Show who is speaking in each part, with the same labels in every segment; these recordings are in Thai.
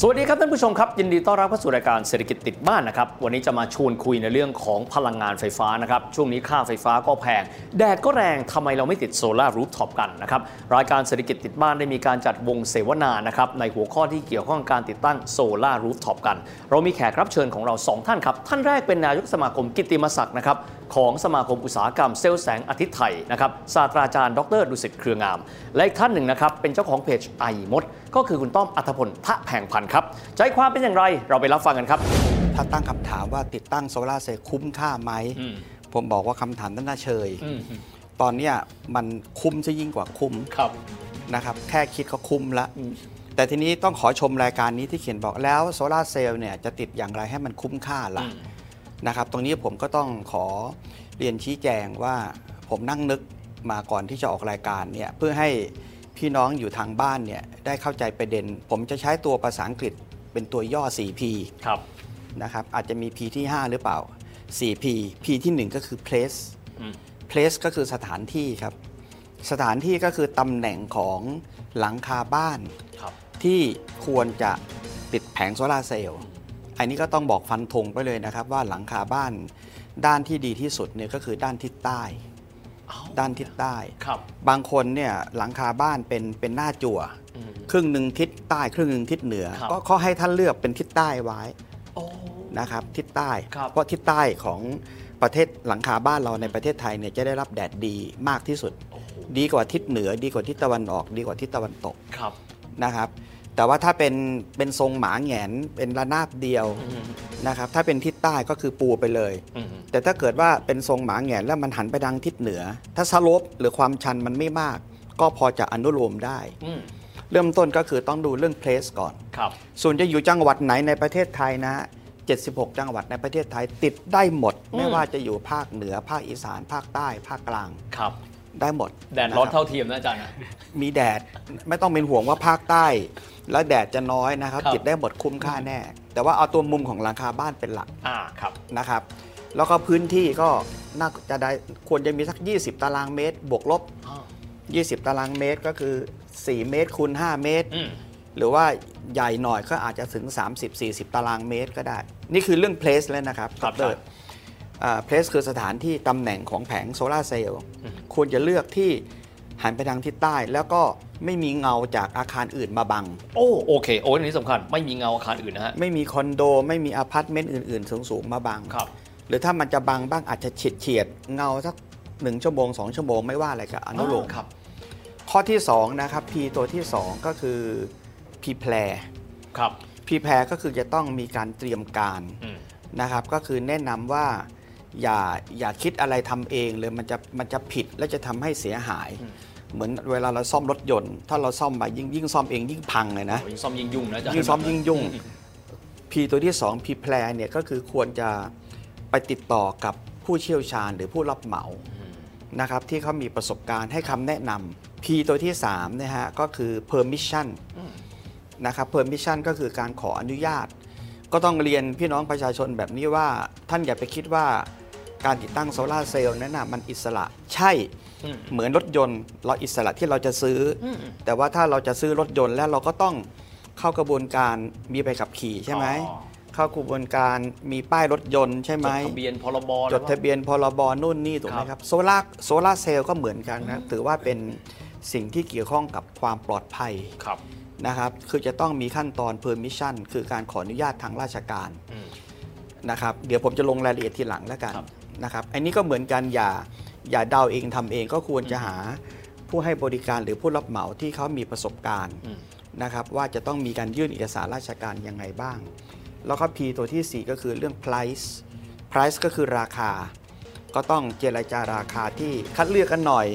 Speaker 1: สวัสดีครับท่านผู้ชมครับ ยินดีต้อนรับเข้าสู่รายการเศรษฐกิจติดบ้านนะครับ วันนี้จะมาชวนคุยในเรื่องของพลังงานไฟฟ้านะครับ ช่วงนี้ค่าไฟฟ้าก็แพง แดดก็แรงทำไมเราไม่ติดโซลารูฟท็อปกันนะครับ รายการเศรษฐกิจติดบ้านได้มีการจัดวงเสวนานะครับในหัวข้อที่เกี่ยวข้องกับการติดตั้งโซลารูฟท็อปกัน เรามีแขกรับเชิญของเรา 2 ท่านครับท่านแรกเป็นนายกสมาคมกิตติมศักดิ์นะครับของสมาคมอุตสาหกรรมเซลล์แสงอาทิตย์ไทยนะครับศาสตราจารย์ดรดุสิตเครืองาม และอีกท่านหนึ่งนะครับเป็นเจ้าของเพจไอมด ก็คือคุณต้อมอัธพลทะแผงพันธ์ครับใจความเป็นอย่างไรเราไปรับฟังกันครับ
Speaker 2: ถ้าตั้งคำถามว่าติดตั้งโซลาร์เซลล์คุ้มค่าไหม
Speaker 1: อืม
Speaker 2: ผมบอกว่าคำถามนั้นน่าเชย ตอนเนี้ยมันคุ้มจะยิ่งกว่าคุ้ม
Speaker 1: ครับ
Speaker 2: นะครับ แค่คิดก็คุ้มละ แต่ทีนี้ต้องขอชมรายการนี้ที่เขียนบอกแล้วโซลาร์เซลล์เนี่ยจะติดอย่างไรให้มันคุ้มค่าล่ะนะครับ ตรงนี้ผมก็ต้องขอเรียนชี้แจงว่าผมนั่งนึกมาก่อนที่จะออกรายการเนี่ยเพื่อให้พี่น้องอยู่ทางบ้านเนี่ยได้เข้าใจประเด็น ผมจะใช้ตัวภาษาอังกฤษเป็นตัวย่อ 4P
Speaker 1: ครับ
Speaker 2: นะครับอาจจะมี P ที่ 5 หรือเปล่า 4P P ที่ 1 ก็คือ place
Speaker 1: อืม
Speaker 2: place ก็คือสถานที่ครับ สถานที่ก็คือตำแหน่งของหลังคาบ้าน
Speaker 1: ครับ
Speaker 2: ที่ควรจะติดแผงโซลาร์เซลล์ อันนี้ก็ต้องบอกฟันธงไปเลยนะครับว่าหลังคาบ้าน ด้านที่ดีที่สุดเนี่ยก็คือด้านทิศใต้
Speaker 1: อ้าว
Speaker 2: ด้านทิศใต้
Speaker 1: ครับ
Speaker 2: บางคนเนี่ยหลังคาบ้านเป็นเป็นหน้าจั่ว
Speaker 1: อืม
Speaker 2: ครึ่งหนึ่งทิศใต้ ครึ่งหนึ่งทิศเหนือ
Speaker 1: ครับ
Speaker 2: ก็ก็ให้ท่านเลือกเป็นทิศใต้ไว้
Speaker 1: โอ้
Speaker 2: นะครับทิศใต้
Speaker 1: ครับ
Speaker 2: เพราะทิศใต้ของประเทศหลังคาบ้านเราในประเทศไทยเนี่ยจะได้รับแดดดีมากที่สุด ดีกว่าทิศเหนือ ดีกว่าทิศตะวันออก ดีกว่าทิศตะวันตก
Speaker 1: ครับ
Speaker 2: นะครับ แต่ว่าถ้าเป็นเป็นทรงหมาแหงนเป็นระนาบเดียว
Speaker 1: อืม
Speaker 2: นะครับถ้าเป็นทิศใต้ก็คือปูไปเลย
Speaker 1: อืม
Speaker 2: แต่ถ้าเกิดว่าเป็นทรงหมาแหงนแล้วมันหันไปทางทิศเหนือ ถ้าสโลปหรือความชันมันไม่มาก ก็พอจะอนุโลมได้
Speaker 1: อืม
Speaker 2: เริ่มต้นก็คือต้องดูเรื่องเพลสก่อน
Speaker 1: ครับ
Speaker 2: ส่วนจะอยู่จังหวัดไหนในประเทศไทยนะฮะ76 จังหวัดในประเทศไทยติดได้หมด
Speaker 1: อืม
Speaker 2: ไม่ว่าจะอยู่ภาคเหนือ ภาคอีสาน ภาคใต้ ภาคกลาง
Speaker 1: ครับ
Speaker 2: ได้หมด
Speaker 1: แดดร้อน
Speaker 2: นะคบ
Speaker 1: เท่าเทียมนะอาจารย์นะ
Speaker 2: มีแดดไม่ต้องเป็นห่วงว่าภาคใต้ แล้วแดดจะน้อยนะครับ
Speaker 1: ครับ
Speaker 2: ติดได้หมดคุ้มค่าแน่ แต่ว่าเอาตัวมุมของหลังคาบ้านเป็นหลัก
Speaker 1: อ่าครับ
Speaker 2: นะครับ แล้วก็พื้นที่ก็น่าจะได้ควรจะมีสัก 20 ตารางเมตร บวกลบ 20 ตารางเมตรก็คือ 4 เมตรคูณ5เมตร
Speaker 1: อืม
Speaker 2: หรือว่าใหญ่หน่อยก็อาจจะถึง 30-40 ตารางเมตรก็ได้ นี่คือเรื่อง place แล้วนะครับ
Speaker 1: ครับ
Speaker 2: ด
Speaker 1: ครับ
Speaker 2: อ่า place คือสถานที่ตำแหน่งของแผงโซลาร์เซลล์ควรจะเลือกที่หันไปทางทิศใต้ แล้วก็ไม่มีเงาจากอาคารอื่นมาบัง
Speaker 1: โอ้โอเค โอ้ยอันนี้สำคัญ ไม่มีเงาอาคารอื่นนะฮะ
Speaker 2: ไม่มีคอนโด ไม่มีอพาร์ตเมนต์อื่นๆ สูงๆ มาบัง
Speaker 1: ครับ
Speaker 2: หรือถ้ามันจะบังบ้างอาจจะเฉียดเฉียดๆเงาสักหนึ่งชั่วโมงสองชั่วโมงไม่ว่าอะไรกับอนุโลม
Speaker 1: ครับ
Speaker 2: ข้อที่สองนะครับ P ตัวที่สองก็คือ P แพล
Speaker 1: ครับ
Speaker 2: พรีแพรก็คือจะต้องมีการเตรียมการ
Speaker 1: อืม
Speaker 2: นะครับ ก็คือแนะนำว่าอย่าอย่าคิดอะไรทำเองเลยมันจะมันจะผิดและจะทำให้เสียหาย เหมือนเวลาเราซ่อมรถยนต์ ถ้าเราซ่อมไปยิ่งยิ่งซ่อมเองยิ่งพังเลยนะ
Speaker 1: โอ้ยยิ่งซ่อมยิ่งยุ่งนะอาจารย์
Speaker 2: ยิ่งซ้อมยิ่งยุ่ง พีตัวที่2พีแพลเนี่ยก็คือควรจะไปติดต่อกับผู้เชี่ยวชาญหรือผู้รับเหมานะครับที่เขามีประสบการณ์ให้คำแนะนำพีตัวที่3นะฮะก็คือ permission นะครับ permission ก็คือการขออนุญาต ก็ต้องเรียนพี่น้องประชาชนแบบนี้ว่าท่านอย่าไปคิดว่าการติดตั้งโซลาร์เซลล์นั้นนะมันอิสระใช่
Speaker 1: อืม
Speaker 2: เหมือนรถยนต์เราอิสระที่เราจะซื้ออแต่ว่าถ้าเราจะซื้อรถยนต์แล้วเราก็ต้องเข้ากระบวนการมีใบขับขี่ใช่ไหม
Speaker 1: อ๋อ
Speaker 2: เข้ากระบวนการมีป้ายรถยนต์ใช่ไหม
Speaker 1: จดทะเบียนพรบ
Speaker 2: จดทะเบียนพรบนู่นนี่ถูกไหมครับโซลาโซลาเซลล์ก็เหมือนกันนะถือว่าเป็นสิ่งที่เกี่ยวข้องกับความปลอดภัย
Speaker 1: ครับ
Speaker 2: นะครับ คือจะต้องมีขั้นตอน permission คือการขออนุญาตทางราชการ
Speaker 1: อืม
Speaker 2: นะครับเดี๋ยวผมจะลงรายละเอียดทีหลังแล้วกัน
Speaker 1: ครับ
Speaker 2: นะครับอันนี้ก็เหมือนกันอย่าอย่าเดาเองทำเองก็ควรจะหาผู้ให้บริการหรือผู้รับเหมาที่เขามีประสบการณ์
Speaker 1: อืม
Speaker 2: นะครับว่าจะต้องมีการยื่นเอกสารราชการยังไงบ้าง แล้วก็ P ตัวทีสี่ 4 ก็คือเรื่อง price price ก็คือราคา ก็ต้องเจรจาราคาที่คัดเลือกกันหน่อย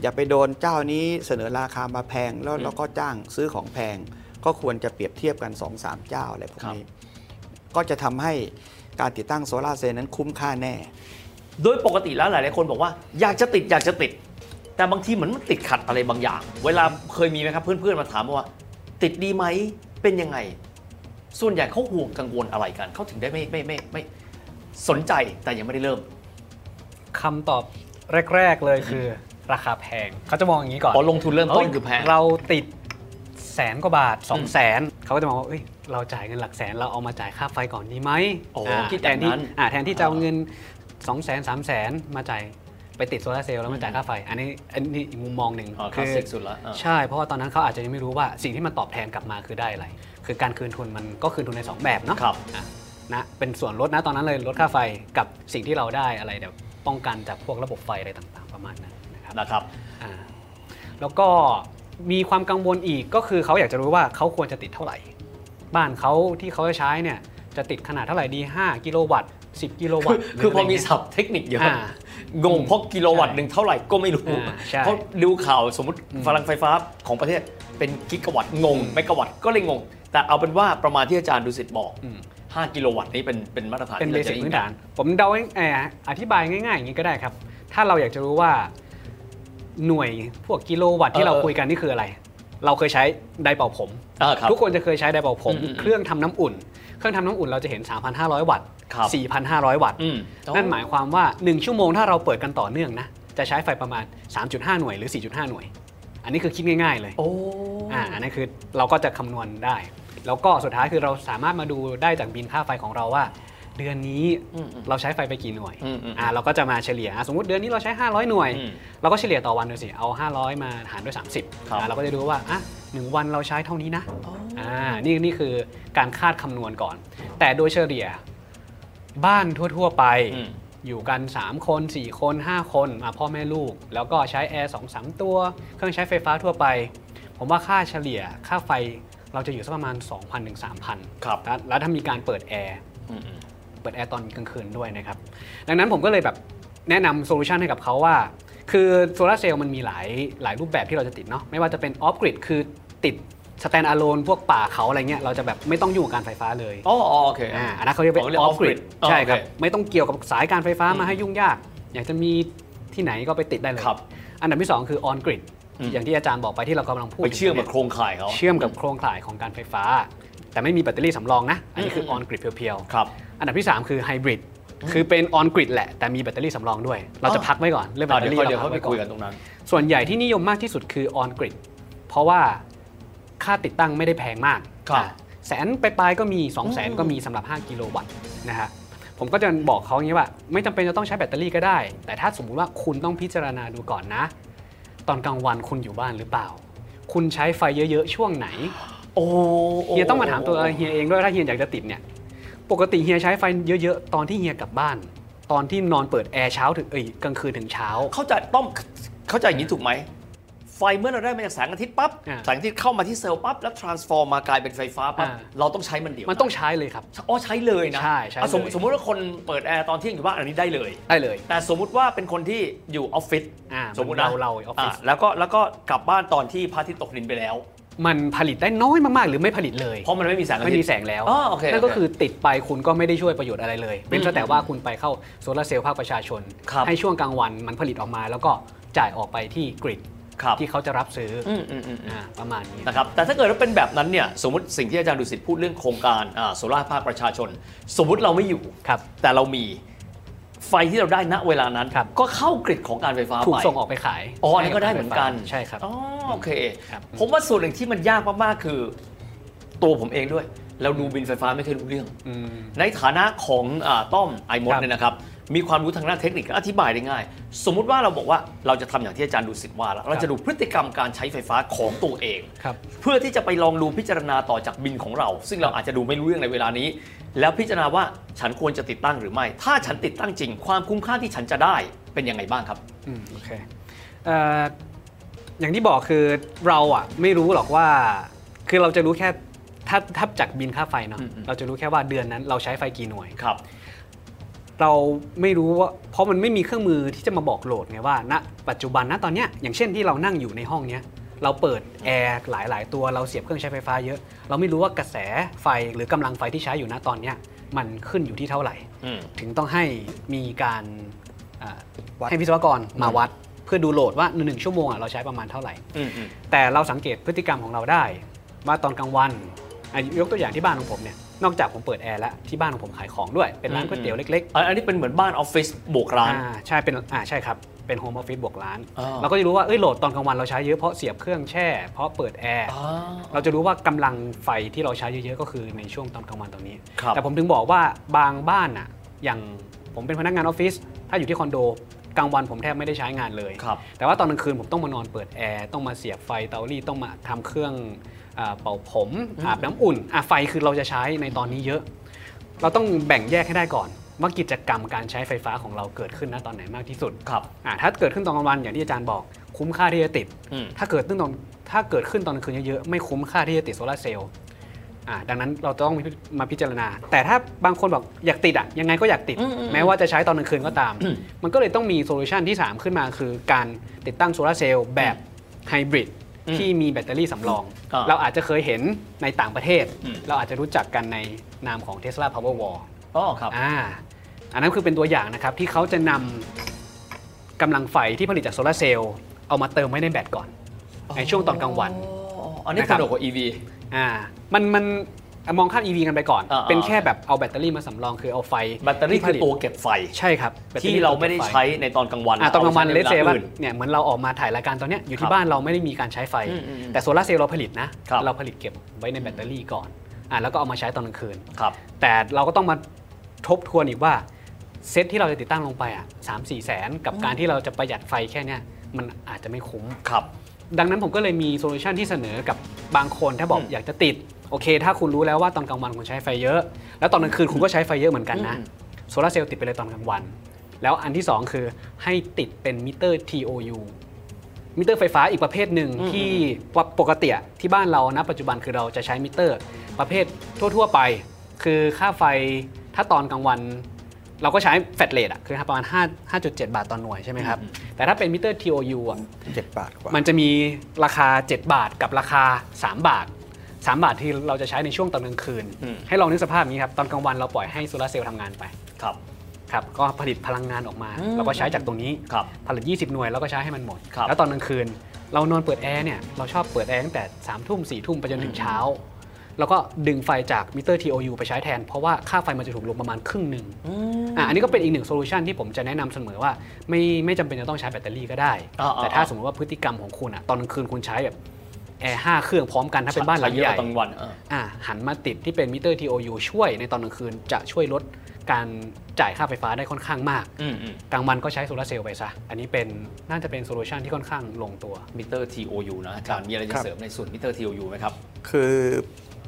Speaker 2: อย่าไปโดนเจ้านี้เสนอราคามาแพงแล้วเราก็จ้างซื้อของแพง ก็ควรจะเปรียบเทียบกัน 2-3 เจ้าอะไรพวกนี้ ก็จะทำให้การติดตั้งโซลาร์เซลล์นั้นคุ้มค่าแน่
Speaker 1: โดยปกติแล้วหลายๆคนบอกว่าอยากจะติดอยากจะติด แต่บางทีเหมือนมันติดขัดอะไรบางอย่าง เวลาเคยมีไหมครับเพื่อนๆมาถามว่า ติดดีไหมเป็นยังไงโซ ส่วนใหญ่เขาห่วงกังวลอะไรกันเขาถึงได้ไม่ไม่ไม่ไม่สนใจแต่ยังไม่ได้เริ่ม
Speaker 3: คำตอบแรก ๆ เลยคือ ราคาแพง เขาจะมองอย่างนี้ก่อน
Speaker 1: พอลงทุนเริ่มต้นคือแพง
Speaker 3: เราติดแสนกว่าบาท2องแสนเขาก็จะมองว่าเอ้ยเราจ่ายเงินหลักแสนเราเอามาจ่ายค่าไฟก่อนดีไหม
Speaker 1: โอ้
Speaker 3: า
Speaker 1: คิด
Speaker 3: แทนที่
Speaker 1: แบบนั้น
Speaker 3: อ่าแทนที่จะเอาเงิน2องแสนสามแสนมาจ่ายไปติดโซลาร์เซลล์แล้วมาจ่ายค่าไฟ อันนี้อันนี้อีกมุมมองหนึ่ง
Speaker 1: อ๋อคลาสสิกสุดละอ่า
Speaker 3: ใช่ เพราะว่าตอนนั้นเขาอาจจะยังไม่รู้ว่าสิ่งที่มันตอบแทนกลับมาคือได้อะไรคือการคืนทุนมันก็คืนทุนในสองแบบเนาะ
Speaker 1: ครับ
Speaker 3: อ่ะนะเป็นส่วนลดนะตอนนั้นเลยลดค่าไฟกับสิ่งที่เราได้อะไรเดี๋ยวป้องกันจากพวกระบบไฟอะไรต่างๆ ประมาณนั้นนะครับ
Speaker 1: นะครับ
Speaker 3: อ่าแล้วก็มีความกังวลอีกก็คือเขาอยากจะรู้ว่าเขาควรจะติดเท่าไหร่ บ้านเขาที่เขาจะใช้เนี่ยจะติดขนาดเท่าไหร่ดี 5 กิโลวัตต์ 10 กิโลวัตต์หรื
Speaker 1: คือพอมี
Speaker 3: ะไรเงี้ย
Speaker 1: ศัพท์เทคนิคเยอะ
Speaker 3: อ่าง
Speaker 1: งเพราะกิโลวัตต์หนึ่งเท่าไหร่ก็ไม่รู้
Speaker 3: อ่าใช่
Speaker 1: เพราะดูข่าวสมมติพลังไฟฟ้าของประเทศเป็นกิกะวัตต์งงเมกะวัตต์ก็เลยงง แต่เอาเป็นว่าประมาณที่อาจารย์ดุสิตบอก
Speaker 3: อืม
Speaker 1: 5 กิโลวัตต์นี้เป็นเป็นมาตรฐาน
Speaker 3: เป็น
Speaker 1: ที่
Speaker 3: เบ
Speaker 1: ราจะ
Speaker 3: สิก
Speaker 1: ได้ยิ
Speaker 3: พื้น
Speaker 1: กั
Speaker 3: ฐาน ผมเดาเอ่ออธิบายง่ายๆอย่างนี้ก็ได้ครับ ถ้าเราอยากจะรู้ว่าหน่วยพวกกิโลวัตต์ที่เรา
Speaker 1: เออเออ
Speaker 3: คุยกันนี่คืออะไร เราเคยใช้ไดร์เป่าผม
Speaker 1: อ่าครับ
Speaker 3: ทุกคนจะเคยใช้ไดร์เป่าผม
Speaker 1: อืมอืม
Speaker 3: เครื่องทำน้ำอุ่น เครื่องทำน้ำอุ่นเราจะเห็น 3,500 วัตต์
Speaker 1: ครับ
Speaker 3: 4,500 วัตต์
Speaker 1: อืม
Speaker 3: นั่นหมายความว่า 1 ชั่วโมงถ้าเราเปิดกันต่อเนื่องนะ จะใช้ไฟประมาณ 3.5 หน่วยหรือ 4.5 หน่วย อันนี้คือคิดง่ายๆเลย
Speaker 1: โอ้
Speaker 3: อ่าอันนั้นคือเราก็จะคำนวณได้ แล้วก็สุดท้ายคือเราสามารถมาดูได้จากบินค่าไฟของเราว่า เดือนนี้
Speaker 1: อืมอืม
Speaker 3: เราใช้ไฟไปกี่หน่วย
Speaker 1: อืมอืม
Speaker 3: อ่าเราก็จะมาเฉลี่ยอ่ะสมมติเดือนนี้เราใช้ 500 หน่วย
Speaker 1: อืม
Speaker 3: เราก็เฉลี่ยต่อวันดูสิ เอา 500 มาหารด้วย 30
Speaker 1: ครับ
Speaker 3: อ่าเราก็จะดูว่าอ่ะหนึ่งวันเราใช้เท่านี้นะอ่านี่นี่คือการคาดคำนวณก่อน แต่โดยเฉลี่ยบ้านทั่ว ๆ ไป
Speaker 1: อืม
Speaker 3: อยู่กัน 3 คน 4 คน 5 คนอ่ะพ่อแม่ลูก แล้วก็ใช้แอร์2อสตัว เครื่องใช้ไฟฟ้าทั่วไป ผมว่าค่าเฉลี่ยค่าไฟเราจะอยู่สักประมาณ 2,000ถึง3,000
Speaker 1: ครับ
Speaker 3: แล้วแล้วถ้ามีการเปิดแอร์
Speaker 1: อืมอืม
Speaker 3: เปิดแอร์ตอนกลางคืนด้วยนะครับ ดังนั้นผมก็เลยแบบแนะนำโซลูชันให้กับเขาว่า คือโซลาร์เซลล์มันมีหลายหลายรูปแบบที่เราจะติดเนาะ ไม่ว่าจะเป็นออฟกริดคือติดสแตนอะโลนพวกป่าเขาอะไรเงี้ย เราจะแบบไม่ต้องอยู่กับการไฟฟ้าเลย
Speaker 1: อ๋ออ๋อโอเค
Speaker 3: อ่าอันนั้นเขาเรียกเป็
Speaker 1: อ๋อน เรีย
Speaker 3: อก อฟกริ
Speaker 1: off-grid
Speaker 3: ด
Speaker 1: อ๋อ
Speaker 3: ใช่ครับ
Speaker 1: โอเค
Speaker 3: ไม่ต้องเกี่ยวกับสายการไฟฟ้า
Speaker 1: อื
Speaker 3: มาม ให้ยุ่งยาก อยากจะมีที่ไหนก็ไปติดได้เลย
Speaker 1: ครับ
Speaker 3: อันดับที่สองคือออนกริด
Speaker 1: อืม
Speaker 3: อย่างที่อาจารย์บอกไปที่เรากำลังพูด
Speaker 1: ไปเชื่อม
Speaker 3: ถึงนี่
Speaker 1: กับ
Speaker 3: ย
Speaker 1: โครงข่ายเขา
Speaker 3: เชื่อมกับโครงข่ายของการไฟฟ้า แต่ไม่มีแบตเตอรี่สำรองนะ อันนี้คือออนกริดเพียว
Speaker 1: ครับ
Speaker 3: ๆ อันดับที่ 3 คือไฮบริดคือเป็นออนกริดแหละ แต่มีแบตเตอรี่สำรองด้วย เราจะพักไว้ก่อน เรื่องแบต
Speaker 1: อ่ะ
Speaker 3: เตอ
Speaker 1: เดี๋ยว
Speaker 3: รี่
Speaker 1: ค่อย
Speaker 3: เรา
Speaker 1: เดี๋ยว
Speaker 3: พั
Speaker 1: ค่อยไป
Speaker 3: กไว้ก่อ
Speaker 1: คุยกัน
Speaker 3: น
Speaker 1: ตรงนั้น
Speaker 3: ส่วนใหญ่ที่นิยมมากที่สุดคือออนกริดเพราะว่าค่าติดตั้งไม่ได้แพงมาก
Speaker 1: ครับ
Speaker 3: อ่ะแสนปลายๆก็มี 2 0 0แสนก็มีสำหรับ 5 กิโลวัตต์นะฮะผมก็จะบอกเขาอย่างนี้ว่า ไม่จำเป็นจะต้องใช้แบตเตอรี่ก็ได้ แต่ถ้าสมมุติว่าคุณต้องพิจารณาดูก่อนนะ ตอนกลางวันคุณอยู่บ้านหรือเปล่า คุณใช้ไฟเยอะๆช่วงไหน
Speaker 1: โอ้
Speaker 3: เฮียต้องมาถามตัวเฮียเองด้วยถ้าเฮียอยากจะติดเนี่ยปกติเฮียใช้ไฟเยอะๆ ตอนที่เฮียกลับบ้าน ตอนที่นอนเปิดแอร์เช้าถึงเอ้ยกลางคืนถึงเช้า
Speaker 1: เข้าใจต้องเข้าใจอย่างนี้ถูกไหม ไฟเมื่อเราได้มาจากแสงอาทิตย์ปั๊บ
Speaker 3: อ่า
Speaker 1: แสงอาทิตย์เข้ามาที่เซลล์ปั๊บแล้ว transform มากลายเป็นไฟฟ้าปั๊บ
Speaker 3: อ่า
Speaker 1: เราต้องใช้มันเดียว
Speaker 3: มันต้องใช้เลยครับ
Speaker 1: อ๋อใช้เลยนะ
Speaker 3: ใช่ใช้เลย
Speaker 1: อ่ะสมมุติสมมุติว่าคนเปิดแอร์ตอนเที่ยงอยู่บ้านอันนี้ได้เลย
Speaker 3: ได้เลย
Speaker 1: แต่สมมุติว่าเป็นคนที่อยู่ออฟฟิศ
Speaker 3: อ่า
Speaker 1: สมมุตินะ
Speaker 3: เราเราออฟฟิศ
Speaker 1: ะแล้วก็แล้วก็กลับบ้านตอนที่พระอาทิตย์ตกดินไปแล้ว
Speaker 3: มันผลิตได้น้อยมากๆ หรือไม่ผลิตเลย
Speaker 1: เพราะมันไม่มีแสงอา
Speaker 3: ไม่
Speaker 1: ทิ
Speaker 3: มี
Speaker 1: ตย์
Speaker 3: แสงแล้ว
Speaker 1: อ๋อโอเค
Speaker 3: นั่นก็คือติดไปคุณก็ไม่ได้ช่วยประโยชน์อะไรเลยเป็น
Speaker 1: อืม
Speaker 3: แต่ว่าคุณไปเข้าโซลาร์เซลล์ภาคประชาชน
Speaker 1: ครับ
Speaker 3: ให้ช่วงกลางวันมันผลิตออกมา แล้วก็จ่ายออกไปที่กริด
Speaker 1: ครับ
Speaker 3: ที่เขาจะรับซื้ออ
Speaker 1: อืมอืมอืมอืม
Speaker 3: อ่าประมาณนี้
Speaker 1: นะครับแต่ถ้าเกิดว่าเป็นแบบนั้นเนี่ยสมมติสิ่งที่อาจารย์ดุสิตพูดเรื่องโครงการโซล่า solar ภาคประชาชน สมมติเราไม่อยู่
Speaker 3: ครับ
Speaker 1: แต่เรามีไฟที่เราได้ณเวลานั้น
Speaker 3: ครับ
Speaker 1: ก็เข้ากริดของการไฟฟ้า
Speaker 3: ถูก
Speaker 1: ไป
Speaker 3: ส่งออกไปขาย
Speaker 1: อ๋ออันนี่ก็ได้เหมือนกัน
Speaker 3: ใช่ครับ
Speaker 1: อ๋อโอเค
Speaker 3: ครับ
Speaker 1: ผมว่าส่วนหนึ่งที่มันยากมากๆคือ ตัวผมเองด้วย เราดูบินไฟฟ้าไม่เคยรู้เรื่อง
Speaker 3: อืม
Speaker 1: ในฐานะของอาต้อมไอมด
Speaker 3: ครับ
Speaker 1: เนี่ยนะครับ มีความรู้ทางด้านเทคนิคและอธิบายได้ง่าย สมมุติว่าเราบอกว่าเราจะทำอย่างที่อาจารย์ดูสิทธิ์ว่าแล้วเรา
Speaker 3: ครับ
Speaker 1: จะดูพฤติกรรมการใช้ไฟฟ้าของตัวเอง
Speaker 3: ครับ
Speaker 1: เพื่อที่จะไปลองดูพิจารณาต่อจากบินของเรา ซึ่งเราอาจจะดูไม่รู้เรื่องในเวลานี้ แล้วพิจารณาว่าฉันควรจะติดตั้งหรือไม่ ถ้าฉันติดตั้งจริง ความคุ้มค่าที่ฉันจะได้เป็นยังไงบ้างครับ
Speaker 3: อืมโอเคเอ่ออย่างที่บอกคือเราอ่ะไม่รู้หรอกว่า คือเราจะรู้แค่ถ้าถ้าจากบินค่าไฟเนาะ
Speaker 1: อืมอืม
Speaker 3: เราจะรู้แค่ว่าเดือนนั้นเราใช้ไฟกี่หน่วย
Speaker 1: ครับ
Speaker 3: เราไม่รู้ว่าเพราะมันไม่มีเครื่องมือที่จะมาบอกโหลดไงว่าณปัจจุบันณตอนเนี้ยอย่างเช่นที่เรานั่งอยู่ในห้องเนี้ยเราเปิดแอร์หลาย ๆ ตัวเราเสียบเครื่องใช้ไฟฟ้าเยอะ เราไม่รู้ว่ากระแสไฟหรือกำลังไฟที่ใช้อยู่ณตอนเนี้ยมันขึ้นอยู่ที่เท่าไหร่
Speaker 1: อืม
Speaker 3: ถึงต้องให้มีการอ่า
Speaker 2: วัด
Speaker 3: ให้วิศวกรมาวัด เพื่อดูโหลดว่าหนึ่งชั่วโมงอ่ะเราใช้ประมาณเท่าไหร่
Speaker 1: อืมอืม
Speaker 3: แต่เราสังเกตพฤติกรรมของเราได้ว่าตอนกลางวัน อ่ะยกตัวอย่างที่บ้านของผมเนี่ยนอกจากผมเปิดแอร์แล้วที่บ้านของผมขายของด้วยเป็นร้านก๋วยเตี๋ยวเล็ก ๆ
Speaker 1: อันอันนี้เป็นเหมือนบ้านออฟฟิศบวกร้าน
Speaker 3: อ่าใช่เป็นอ่าใช่ครับ เป็นโฮมออฟฟิศบวกร้าน
Speaker 1: อ่า
Speaker 3: เราก็จะรู้ว่าเอ้ยโหลดตอนกลางวันเราใช้เยอะเพราะเสียบเครื่องแช่ เพราะเปิดแอร์
Speaker 1: อ่า
Speaker 3: เราจะรู้ว่ากำลังไฟที่เราใช้เยอะๆ ก็คือในช่วงตอนกลางวันตอนนี้
Speaker 1: ครับ
Speaker 3: แต่ผมถึงบอกว่าบางบ้านอ่ะอย่างผมเป็นพนักงานออฟฟิศถ้าอยู่ที่คอนโดกลางวันผมแทบไม่ได้ใช้งานเลย
Speaker 1: ครับ
Speaker 3: แต่ว่าตอนกลางคืนผมต้องมานอนเปิดแอร์ต้องมาเสียบไฟเตารีดต้องมาทำเครื่องเออเป่าผมอาบน้ำอุ่นอ่ะไฟคือเราจะใช้ในตอนนี้เยอะ เราต้องแบ่งแยกให้ได้ก่อน ว่ากิจกรรมการใช้ไฟฟ้าของเราเกิดขึ้นณตอนไหนมากที่สุด
Speaker 1: ครับ
Speaker 3: อ่ะถ้าเกิดขึ้นตอนกลางวันอย่างที่อาจารย์บอก คุ้มค่าที่จะติด
Speaker 1: อืม
Speaker 3: ถ้าเกิดขึ้นตอนถ้าเกิดขึ้นตอนกลางคืนเยอะๆไม่คุ้มค่าที่จะติดโซลาร์เซลล์อ่ะดังนั้นเราต้องมีมาพิจารณา แต่ถ้าบางคนบอกอยากติดอ่ะยังไงก็อยากติด
Speaker 1: อืมอืม
Speaker 3: แม้ว่าจะใช้ตอนกลางคืนก็ตาม มันก็เลยต้องมีโซลูชันที่ 3 ขึ้นมาคือการติดตั้งโซลาร์เซลล์แบบไฮบริด
Speaker 1: อืม
Speaker 3: ที่มีแบตเตอรี่สำรอง
Speaker 1: อ่า
Speaker 3: เราอาจจะเคยเห็นในต่างประเทศ
Speaker 1: อืม
Speaker 3: เราอาจจะรู้จักกันในนามของ Tesla Powerwall
Speaker 1: อ๋อครับ
Speaker 3: อ่าอันนั้นคือเป็นตัวอย่างนะครับ ที่เขาจะนำกำลังไฟที่ผลิตจากโซลาร์เซลล์เอามาเติมไว้ในแบตก่อน ในช่วงตอนกลางวัน
Speaker 1: อ๋ออันนี้
Speaker 3: นะค
Speaker 1: ก
Speaker 3: รับ
Speaker 1: ระโดดกว่า EV
Speaker 3: อ่ามันมันมองข้าม EV กันไปก่อน
Speaker 1: อ่าๆ
Speaker 3: เป็นแค่แบบเอาแบตเตอรี่มาสำรองคือเอาไฟ
Speaker 1: แบตเตอรี่
Speaker 3: ที่ผ
Speaker 1: คือ
Speaker 3: ลิ
Speaker 1: ตัวเก็บไฟ
Speaker 3: ใช่ครับแบตตอ
Speaker 1: ที่เราไม่ได้
Speaker 3: ตัวก็บฟ
Speaker 1: ใช้ในตอนกลางวัน
Speaker 3: อ่ะตอนกลางวัน
Speaker 1: ใช้
Speaker 3: เลส
Speaker 1: ใว
Speaker 3: เซว่า
Speaker 1: อื่น
Speaker 3: เนี่ยเหมือนเราออกมาถ่ายรายการตอนเนี้ยอยู่
Speaker 1: ครั
Speaker 3: ที่
Speaker 1: บ
Speaker 3: บ้านเราไม่ได้มีการใช้ไฟ
Speaker 1: อืมอืมอืม
Speaker 3: แต่โซลาร์เซลล์เราผลิตนะครับ เราผลิตเก็บไว้ในแบตเตอรี่ก่อนอ่ะแล้วก็เอามาใช้ตอนกลางคืน
Speaker 1: ครับ
Speaker 3: แต่เราก็ต้องมาทบทวนอีกว่าเซตที่เราจะติดตั้งลงไปอ่ะสามสี่แสนกับการที่เราจะประหยัดไฟแค่เนี้ยมันอาจจะไม่คุ้ม
Speaker 1: ครับ
Speaker 3: ดังนั้นผมก็เลยมีโซลูชันที่เสนอกับบางคนถ้าบอก
Speaker 1: อืม
Speaker 3: อยากจะติด โอเค ถ้าคุณรู้แล้วว่าตอนกลางวันคุณใช้ไฟเยอะ แล้วตอนกลางคืนคุณก็ใช้ไฟเยอะเหมือนกันนะ
Speaker 1: อืม
Speaker 3: โซลาร์เซลล์ติดไปเลยตอนกลางวัน แล้วอันที่สองคือให้ติดเป็นมิเตอร์ TOU มิเตอร์ไฟฟ้าอีกประเภทหนึ่งที่ปกติอะที่บ้านเรานะปัจจุบันคือเราจะใช้มิเตอร์ ประเภททั่ว ๆ ไป คือค่าไฟถ้าตอนกลางวัน เราก็ใช้แฟลตเลทอะคือประมาณ5 5.7 บาทต่อหน่วยใช่ไหมครับแต่ถ้าเป็นมิเตอร์ TOU อะ
Speaker 2: เจ็ดบาทกว่า
Speaker 3: มันจะมีราคา 7 บาทกับราคา 3 บาท 3 บาทที่เราจะใช้ในช่วงตอนกลางคืน
Speaker 1: อืม
Speaker 3: ให้ลองนึกสภาพอย่างนี้ครับ ตอนกลางวันเราปล่อยให้โซลาร์เซลล์ทำงานไป
Speaker 1: ครับ
Speaker 3: ครับก็ผลิตพลังงานออกมา เราก็ใช้จากตรงนี้
Speaker 1: ครับ
Speaker 3: ผลิต 20 หน่วยเราก็ใช้ให้มันหมด
Speaker 1: ครับ
Speaker 3: แล้วตอนกลางคืน เรานอนเปิดแอร์เนี่ยเราชอบเปิดแอร์ตั้งแต่3ามทุ่มสี่ทุ่มไปจนถึงเช้า แล้วก็ดึงไฟจากมิเตอร์ TOU ไปใช้แทน เพราะว่าค่าไฟมันจะถูกลงประมาณครึ่งหนึ่งอ่ะอันนี้ก็เป็นอีกหนึ่งโซลูชันที่ผมจะแนะนำเสมอว่าไม่ไม่จำเป็นจะต้องใช้แบตเตอรี่ก็ได้
Speaker 1: อ่าๆ
Speaker 3: แต่ถ้า สมมติว่าพฤติกรรมของคุณอะตอนกลางคืนคุณใช้แบบแอร์ห้าเครื่องพร้อมกันถ้าเป็นบ้านหลัง
Speaker 1: ใช้เยอะ
Speaker 3: ให
Speaker 1: ก
Speaker 3: ญ่
Speaker 1: ว่าตอนกลางวันเออ
Speaker 3: อ่ะหันมาติดที่เป็นมิเตอร์ TOU ช่วยในตอนกลางคืนจะช่วยลดการจ่ายค่าไฟฟ้าได้ค่อนข้างมาก
Speaker 1: อืมอืม
Speaker 3: กลางวันก็ใช้โซลาร์เซลล์ไปซะ อันนี้เป็นน่าจะเป็นโซลูชันที่ค่อนข้างลงตัว
Speaker 1: มิเตอร์ TOU นะอาจารย์มีอะไรจะ
Speaker 2: ครับ
Speaker 1: เสริมในส่วนมิเตอร์ TOU ไหมครับ
Speaker 2: คือ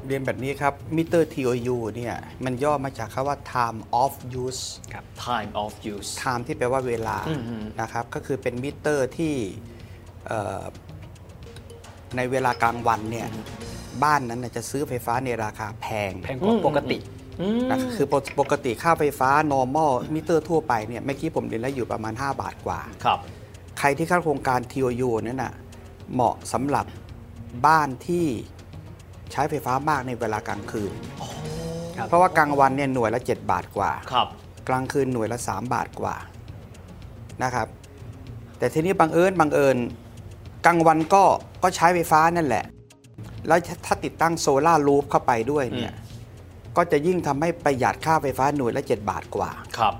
Speaker 2: เรียนแบบนี้ครับมิเตอร์ TOU เนี่ยมันย่อมาจากคำว่า time of use
Speaker 1: time of use
Speaker 2: time ที่แปลว่าเวลา
Speaker 1: อืมอืม
Speaker 2: นะครับก็คือเป็นมิเตอร์ที่เอ่อในเวลากลางวันเนี่ยบ้านนั้นน่ะจะซื้อไฟฟ้าในราคาแพง
Speaker 3: แพงกว่าปกติ
Speaker 2: นะครับคือปกปกติค่าไฟฟ้า normal มิเตอร์ทั่วไปเนี่ยเมื่อกี้ผมเรียนแล้วอยู่ประมาณ 5 บาทกว่า
Speaker 1: ครับ
Speaker 2: ใครที่เข้าโครงการ TOU นั่นน่ะเหมาะสำหรับบ้านที่ใช้ไฟฟ้ามากในเวลากลางคืน
Speaker 3: ครับ
Speaker 2: เพราะว่ากลางวันเนี่ยหน่วยละ 7 บาทกว่า
Speaker 1: ครับ
Speaker 2: กลางคืนหน่วยละ 3 บาทกว่านะครับ แต่ทีนี้บังเอิญบังเอิญกลางวันก็ก็ใช้ไฟฟ้านั่นแหละ แล้วถ้าติดตั้งโซลาร์รูฟเข้าไปด้วยเนี่ยก็จะยิ่งทำให้ประหยัดค่าไฟฟ้าหน่วยละ 7 บาทกว่า
Speaker 1: ครับ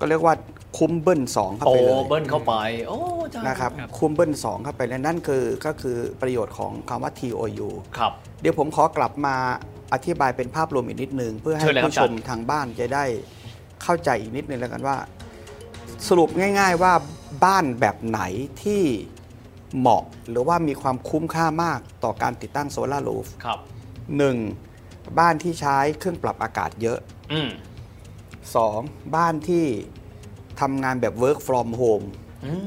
Speaker 2: ก็เรียกว่าคุ้มเบิ้ลสองเข้า
Speaker 1: โอ้
Speaker 2: ไปเลย
Speaker 1: เบิ้ลเข้าไป โอ้อาจารย์
Speaker 2: นะครับคุ้มเบิ้ลสองเข้าไปและนั่นคือก็คือประโยชน์ของคำว่า TOU
Speaker 1: ครับ
Speaker 2: เดี๋ยวผมขอกลับมาอธิบายเป็นภาพรวมอีกนิดนึง เพื่อให้
Speaker 1: เชิญเลยครับ
Speaker 2: ผู้ชมทางบ้านจะได้เข้าใจอีกนิดนึงแล้วกันว่า สรุปง่ายๆว่าบ้านแบบไหนที่เหมาะหรือว่ามีความคุ้มค่ามากต่อการติดตั้งโซลาร์รูฟ
Speaker 1: ครับ
Speaker 2: หนึ่งบ้านที่ใช้เครื่องปรับอากาศเยอะ
Speaker 1: อืม
Speaker 2: 2. บ้านที่ทำงานแบบ work from home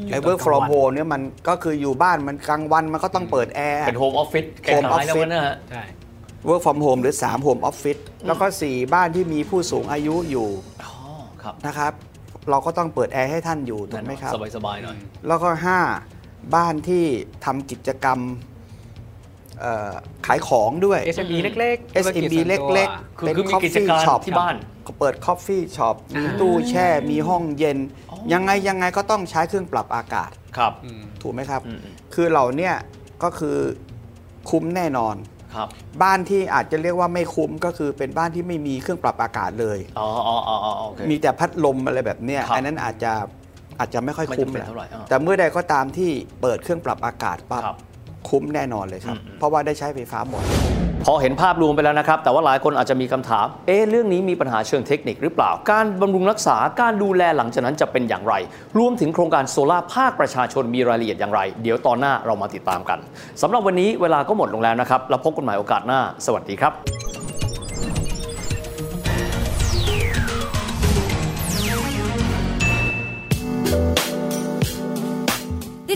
Speaker 2: ไอ้
Speaker 3: อยู่ตอน
Speaker 2: work
Speaker 3: กลา
Speaker 2: from
Speaker 3: งวัน
Speaker 2: home เนี่ยมันก็คืออยู่บ้านมันกลางวันมันก็ต้องเปิดแอร์
Speaker 1: เป็นโฮมออฟฟิศแก
Speaker 2: Home
Speaker 1: ท้าย
Speaker 2: office
Speaker 1: แล้วมันนะฮะ
Speaker 3: ใช่
Speaker 2: work from home หรือ 3 home office แล้วก็ 4 บ้านที่มีผู้สูงอายุอยู่
Speaker 1: อ๋อ ครับ
Speaker 2: นะครับ เราก็ต้องเปิดแอร์ให้ท่านอยู่ถูกไหมครับ
Speaker 1: สบายสบายๆหน่อย
Speaker 2: แล้วก็ 5 บ้านที่ทำกิจกรรมเอ่อขายของด้วย
Speaker 3: SME เล็กๆธุรจ
Speaker 2: SMB
Speaker 3: ส่วน
Speaker 2: เ
Speaker 3: ตัว
Speaker 2: ล็ก
Speaker 1: คื
Speaker 2: ๆ
Speaker 1: อ
Speaker 2: เป็น
Speaker 1: คือมีกิจ
Speaker 2: coffee
Speaker 1: การ
Speaker 2: shop
Speaker 1: ที่บ้าน
Speaker 2: ก็เปิด coffee shop มีตู้แช่ มีห้องเย็น ยังไงยังไงก็ต้องใช้เครื่องปรับอากาศ
Speaker 1: ครับ
Speaker 2: ถูกไหมครับ
Speaker 1: อืมอืม
Speaker 2: คือเราเนี่ยก็คือคุ้มแน่นอน
Speaker 1: ค ครับ
Speaker 2: บ้านที่อาจจะเรียกว่าไม่คุ้มก็คือเป็นบ้านที่ไม่มีเครื่องปรับอากาศเลย
Speaker 1: อ๋ออ๋ออ๋ออ๋อโอเค
Speaker 2: มีแต่พัดลมอะไรแบบเนี้ย
Speaker 1: ครับ
Speaker 2: อันนั้นอาจจะอาจจะไม่ค่อยคุ้ม
Speaker 1: ไม่จำเป็น
Speaker 2: ว
Speaker 1: เท่าไหร่อ่า
Speaker 2: แต่เมื่อใดก็ตามที่เปิดเครื่องปรับอากาศปั๊บ
Speaker 1: ครับ
Speaker 2: คุ้มแน่นอนเลยครับ
Speaker 1: อืม
Speaker 2: เพราะว่าได้ใช้ไฟฟ้าหมด
Speaker 1: พอเห็นภาพรวมไปแล้วนะครับ แต่ว่าหลายคนอาจจะมีคำถาม เอ๊ะเรื่องนี้มีปัญหาเชิงเทคนิคหรือเปล่า การบำรุงรักษาการดูแลหลังจากนั้นจะเป็นอย่างไร รวมถึงโครงการโซล่าร์ภาคประชาชนมีรายละเอียดอย่างไร เดี๋ยวตอนหน้าเรามาติดตามกันสำหรับวันนี้เวลาก็หมดลงแล้วนะครับ แล้วพบกันใหม่โอกาสหน้า สวัสดีครับ
Speaker 4: ติ